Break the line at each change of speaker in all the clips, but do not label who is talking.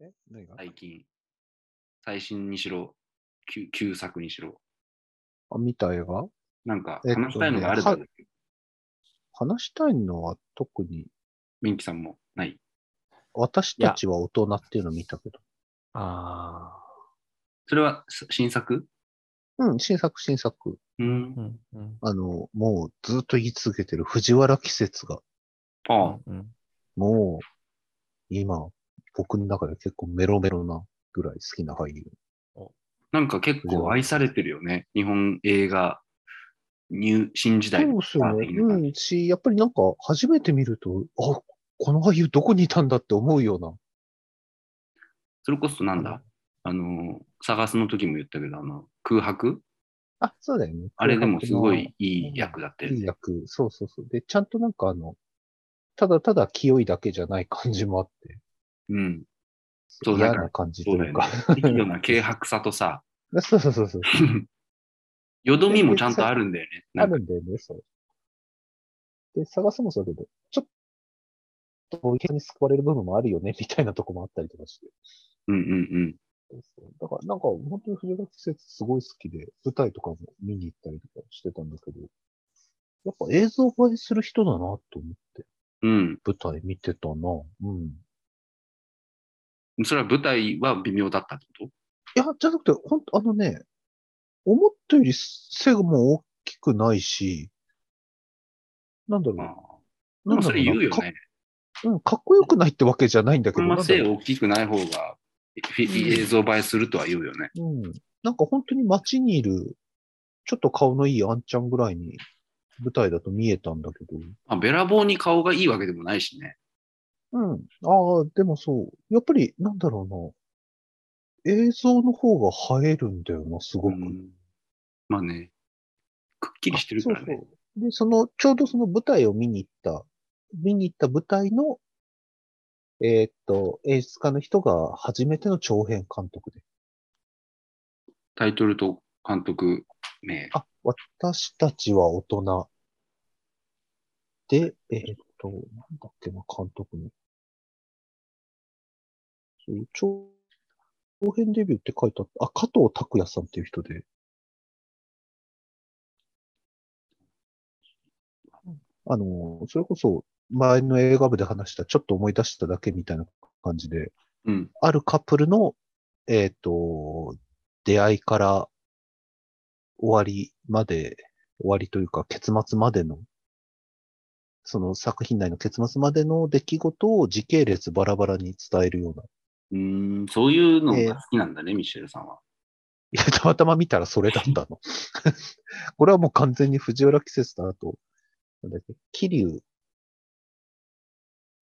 え何が、
最近。最新にしろ、旧旧作にしろ。
あ、見た映画
なんか、
えっとね
話したいのがあれば、
は話したいのは特に、
ミンキさんもない。
私たちは大人っていうの見たけど。
あ
それはす新作
うん、新作、新作。
うん
あ。う。ん。うん。
あの、もうずっと言い続けてる藤原季節が、
ああ、
うん。
もう、今、僕の中で結構メロメロなぐらい好きな俳優。
なんか結構愛されてるよね。日本映画、ニュー新時代
そう
の
っすよね。
的な
う
感じ
ん、し、やっぱりなんか初めて見ると、あ、この俳優どこにいたんだって思うような。
それこそなんだ、あの、探すの時も言ったけど、あの、空白
あ、そうだよね。
あれでもすごいいい役だったよ
いい
ね。
役。そうそうそう。で、ちゃんとなんかあの、ただただ清いだけじゃない感じもあって、
うん。そう
嫌
だから
な感じと
そうだ
いう
よ
か。
ね。適度な軽薄さとさ、
そうそうそうそう。
よどみもちゃんとあるんだよね。な
あ
んか
るんだよね、そう。で、探すもそうだけど、ちょっと、こう池に救われる部分もあるよね、みたいなとこもあったりとかして。
うんうんうん。
そうそうだから、なんか、本当に藤原季節すごい好きで、舞台とかも見に行ったりとかしてたんだけど、やっぱ映像映えする人だなと思って、
うん。
舞台見てたなうん。い
それは舞台は微妙だったってこ
や、じゃなくて、本当あのね、思ったより背も大きくないし、なんだろ
と
う。
ああで
なん
も
だ
そ
ろ
れ言うよ
なか
ね。
うん、かっこよくないってわけじゃないんだけ
あ
ど。
ん
なん
ま
だ
背
ろ
大きくない方がフィ
うん
映像映えするとは言うよね。
ううん。なんか本当に街にいる、ちょっと顔のいいあんちゃんぐらいに、舞台だと見えたんだけど。
まあ、べらぼうに顔がいいわけでもないしね。
うん。ああ、でもそう。やっぱり、なんだろうな。映像の方が映えるんだよな、すご
う
く。
ん、まあね、くっきりしてるからね
あ。そうそう。で、その、ちょうどその舞台を見に行った、見に行った舞台の、えーっと、演出家の人が初めての長編監督で。
タイトルと監督名。
あ、私たちは大人。で、えーっと、なんだっけな、監督の。そう、長長編デビューって書いてあった。あ、加藤拓也さんっていう人で。あの、それこそ、前の映画部で話した、ちょっと思い出しただけみたいな感じで、
うん。
あるカップルの、えっ、と、出会いから終わりまで、終わりというか結末までの、その作品内の結末までの出来事を時系列バラバラに伝えるような。
うーん、そういうのが好きなんだね、ミシェルさんは。
いや、たまたま見たらそれだったの。 これはもう完全に藤原季節だなと、なんだっけ、桐生、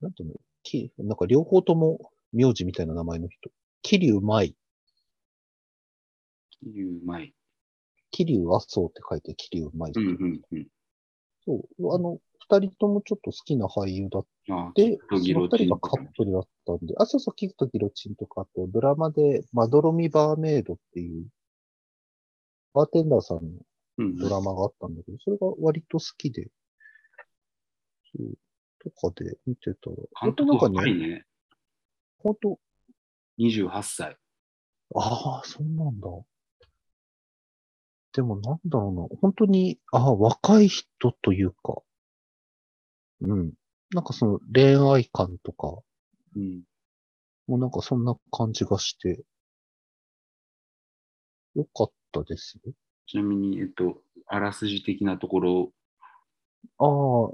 なんていうの、きなんか両方とも名字みたいな名前の人。桐生舞
いうまい。
桐生麻生って書いて桐生舞
うんうんうん。
そう。あの、二人ともちょっと好きな俳優だっ
あ
て、
キッドギ
その
ロ
二
チン
人がカップルだったんで、あ、そうそう、キッドギロチンとか、あと、ドラマで、まどろみバーメイドっていう、バーテンダーさんの
うん
ドラマがあったんだけど、それが割と好きで、そう、とかで見てたら、
監督
なんか
若い
ね、
ね。
本当
28歳。
ああ、そうなんだ。でもなんだろうな。本当に、ああ、若い人というか、うん。なんかその恋愛感とか、
うん。
もうなんかそんな感じがして、よかったですよ。
ちなみに、えっと、あらすじ的なところ、
あ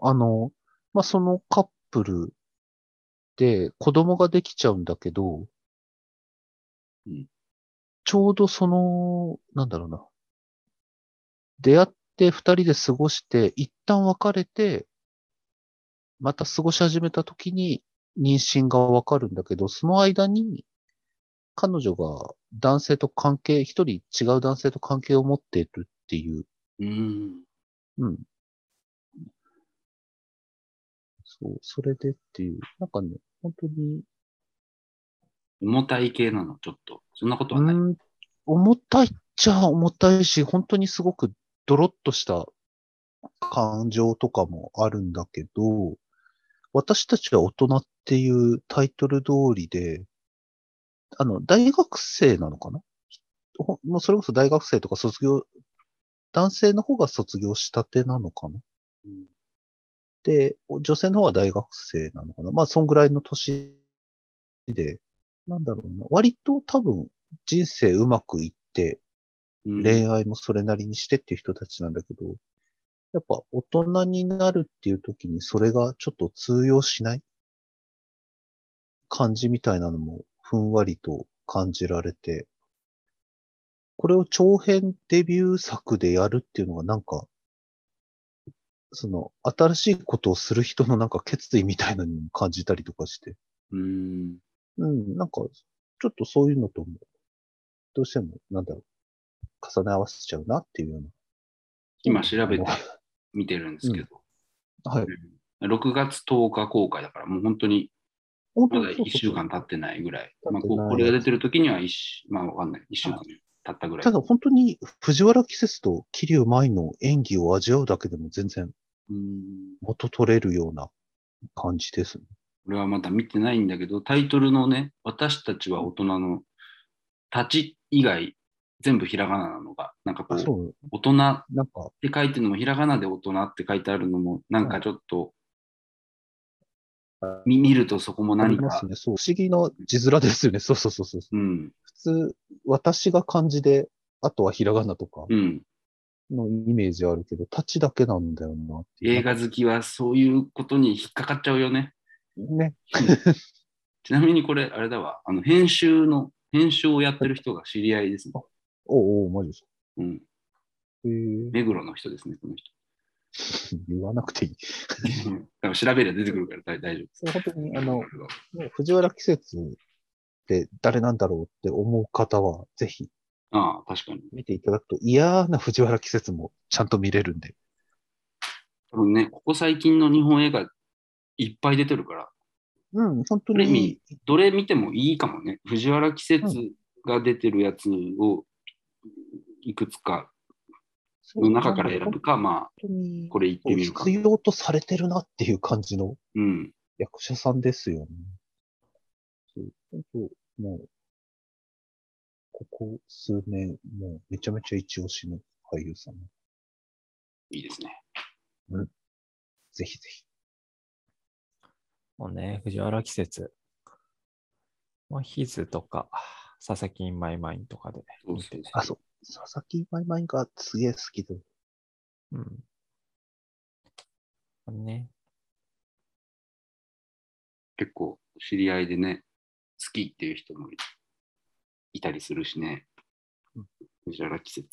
あ、あの、まあ、そのカップルで子供ができちゃうんだけど、
うん
ちょうどその、なんだろうな。出会って二人で過ごして、一旦別れて、また過ごし始めた時に妊娠がわかるんだけど、その間に彼女が男性と関係、一人違う男性と関係を持っているっていう
うん。
うん。そう、それでっていう。なんかね、本当に、
重たい系なの、ちょっと。そんなことは
う
ない。
ん、重たいっちゃ重たいし、本当にすごくドロッとした感情とかもあるんだけど、私たちは大人っていうタイトル通りで、あの、大学生なのかなほもうそれこそ大学生とか卒業、男性の方が卒業したてなのかな
うん
で、お女性の方は大学生なのかなまあ、そんぐらいの年で、なんだろうな。割と多分、人生うまくいって、
うん
恋愛もそれなりにしてっていう人たちなんだけど、やっぱ大人になるっていう時にそれがちょっと通用しない感じみたいなのもふんわりと感じられて、これを長編デビュー作でやるっていうのがなんか、その新しいことをする人のなんか決意みたいなのにも感じたりとかして、
うん。
うん、なんか、ちょっとそういうのとも、どうしても、なんだろう、重ね合わせちゃうなっていうような。
今調べて
あ
見てるんですけど、
のはい。
6月10日公開だから、もう本当に
本
まだ
そうそうそう
1週間経ってないぐらい。まあ、
経って
こ
ない
これが出てる時には1、まあわかんない。1週間経ったぐらい。
ただ本当に藤原季節と桐生舞の演技を味わうだけでも全然
うん
元取れるような感じですね。
俺はまだ見てないんだけど、タイトルのね、私たちは大人の立ち以外、全部ひらがななのが、なんかこ
あ、
う、
そう、
大人っ
なんか、
て書いてるのも、ひらがなで大人って書いてあるのも、なんかちょっと、み見るとそこも
あり
何
ま
か
す、ね。そう、不思議な字面ですよね。 そうそうそうそう。
うん、
普通、私が漢字で、あとはひらがなとか
うん。
のイメージあるけど、立ちだけなんだよなっていう。
映画好きはそういうことに引っかかっちゃうよね。
ね。
ちなみにこれ、あれだわ、あの編集の、編集をやってる人が知り合いですね。
おうおう、マジですか。
うん。
へー
目黒の人ですね、この
言わなくていい。
人。だから調べりゃ出てくるから大大丈夫です。
本当に、あの、もう藤原季節って誰なんだろうって思う方は、ぜひ
ああ、確かに。
見ていただくと嫌な藤原季節もちゃんと見れるんで。
多分ね、ここ最近の日本映画いっぱい出てるから、
うん、本当
ある意
にいい
味。どれ見てもいいかもね。藤原季節が出てるやつをいくつか
そう
の中から選ぶか、ま
本当に
あ、これ行ってみるか
必。要とされてるなっていう感じの
うん。
役者さんですよね。そう本当、もう、ここ数年、もうめちゃめちゃ一押しの俳優さん。
いいですね。
ぜひぜひ。
もうね、藤原季節。まあ、ヒズとか、佐々木マイマインとかで見て
そうそう
あ、そう。佐々木舞舞がすげえ好きで、
うん。ね。
結構知り合いでね、好きっていう人もいいたりするしね。藤原季節。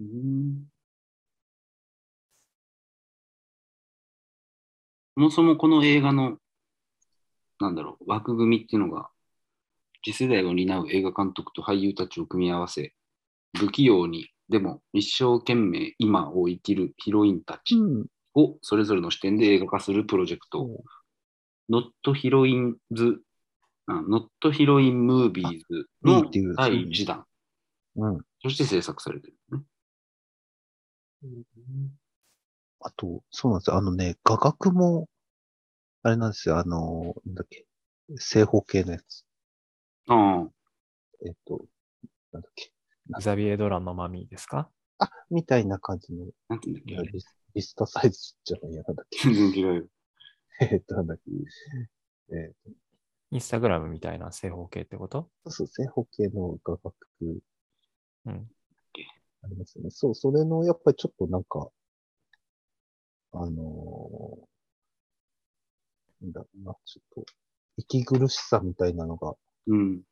うんそもそもこの映画の、なんだろう、枠組みっていうのが、次世代を担う映画監督と俳優たちを組み合わせ、不器用に、でも一生懸命今を生きるヒロインたち
うん。
をそれぞれの視点で映画化するプロジェクト、Not Heroines、あ Not Heroine Movies
い
の
いっていう
第1弾、
うん。
そして制作されてる、ね。
あと、そうなんですよ。あのね、画角も、あれなんですよ。あの、なんだっけ、正方形のやつ。
ああ、
えっと、なんだっけ、
グザビエドラのマミーですか
みたいな感じの、
なんて言うんだっけ。
リスリスタサイズじゃないや、なんだっ
全然違うよ。
け。えっと、なんだっけ。えっ
インスタグラムみたいな正方形ってこと
と、そう、正方形の画角。
うん。
ありますよね。そう、それの、やっぱりちょっとなんか、あのーなんだろうな、ちょっと、息苦しさみたいなのが、
うん。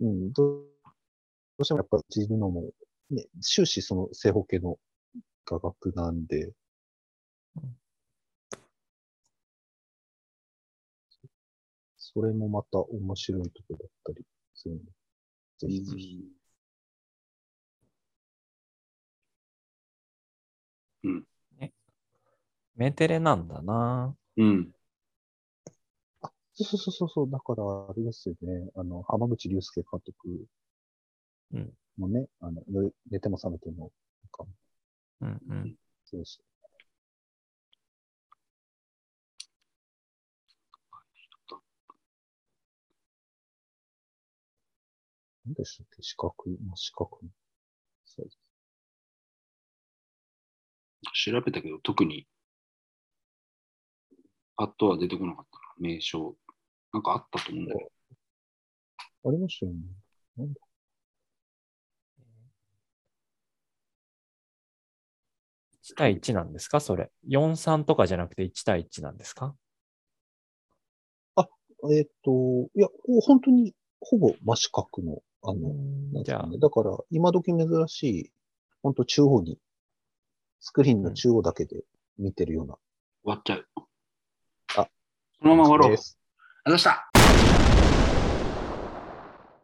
うん、どうどうしてもやっぱり自分のも、ね、終始その正方形の画角なんで、それもまた面白いとこだったりするんで、ぜひぜひ。
メテレなんだな
うん。
そうそうそうそう、だからあれですよね、あの、浜口竜介監督
うん
もね、あの、よ寝ても覚めても、
うんうん。
そうです何でしたっけ四角い、まあ四角い。そう
調べたけど、特に、パッとは出てこなかったな、名称。なんかあったと思うんだけど。
ありましたよね。
1対1なんですかそれ。43とかじゃなくて1対1なんですか
えっ、と、いや、こう本当にほぼ真四角の、あの、なんで
じ
す
ゃ
か
あ
ね。、だから、今時珍しい、本当中央に、スクリーンの中央だけで見てるような。
終わっちゃう。
あ
このまま終わろう。ありがとう
です
ございました。